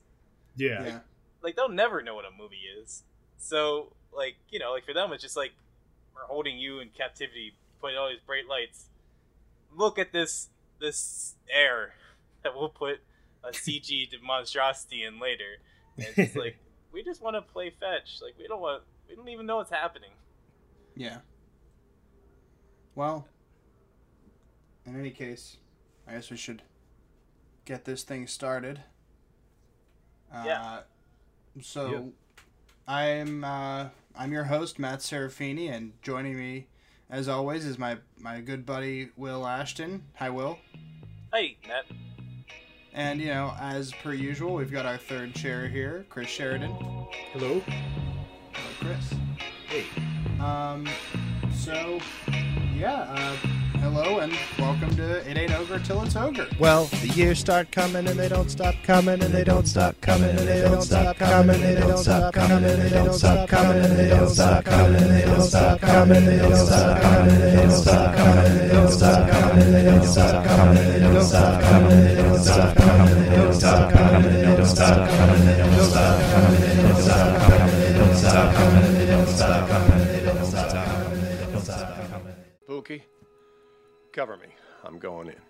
[SPEAKER 5] Yeah.
[SPEAKER 3] Yeah.
[SPEAKER 4] Like they'll never know what a movie is. So like you know, like for them, it's just like we're holding you in captivity, putting all these bright lights. Look at this this air that we'll put a CG monstrosity in later. And it's just like we just want to play fetch. Like we don't want. We don't even know what's happening.
[SPEAKER 3] Yeah. Well, in any case, I guess we should get this thing started. Uh,
[SPEAKER 4] Yeah.
[SPEAKER 3] So,
[SPEAKER 5] Yep.
[SPEAKER 3] I'm uh, I'm your host Matt Serafini, and joining me, as always, is my my good buddy Will Ashton. Hi, Will.
[SPEAKER 4] Hey, Matt.
[SPEAKER 3] And you know, as per usual, we've got our third chair here, Chris Sheridan.
[SPEAKER 5] Hello.
[SPEAKER 3] Hello, Chris.
[SPEAKER 5] Hey.
[SPEAKER 3] Um, so, yeah, uh, Hello and welcome to It Ain't Ogre Till It's Ogre.
[SPEAKER 2] Well, the years start coming and they don't stop coming and they don't stop coming and they don't stop coming and they don't stop coming and they don't stop coming and they don't stop coming and they don't stop coming and they don't stop coming and they don't stop coming and they don't stop coming and they don't stop coming and they don't stop coming and they don't stop coming and they don't stop coming and they don't stop coming and they don't stop coming and they don't stop coming and they don't stop coming and they don't stop coming and they don't stop coming and they don't stop coming.
[SPEAKER 6] Pookie, cover me. I'm going in.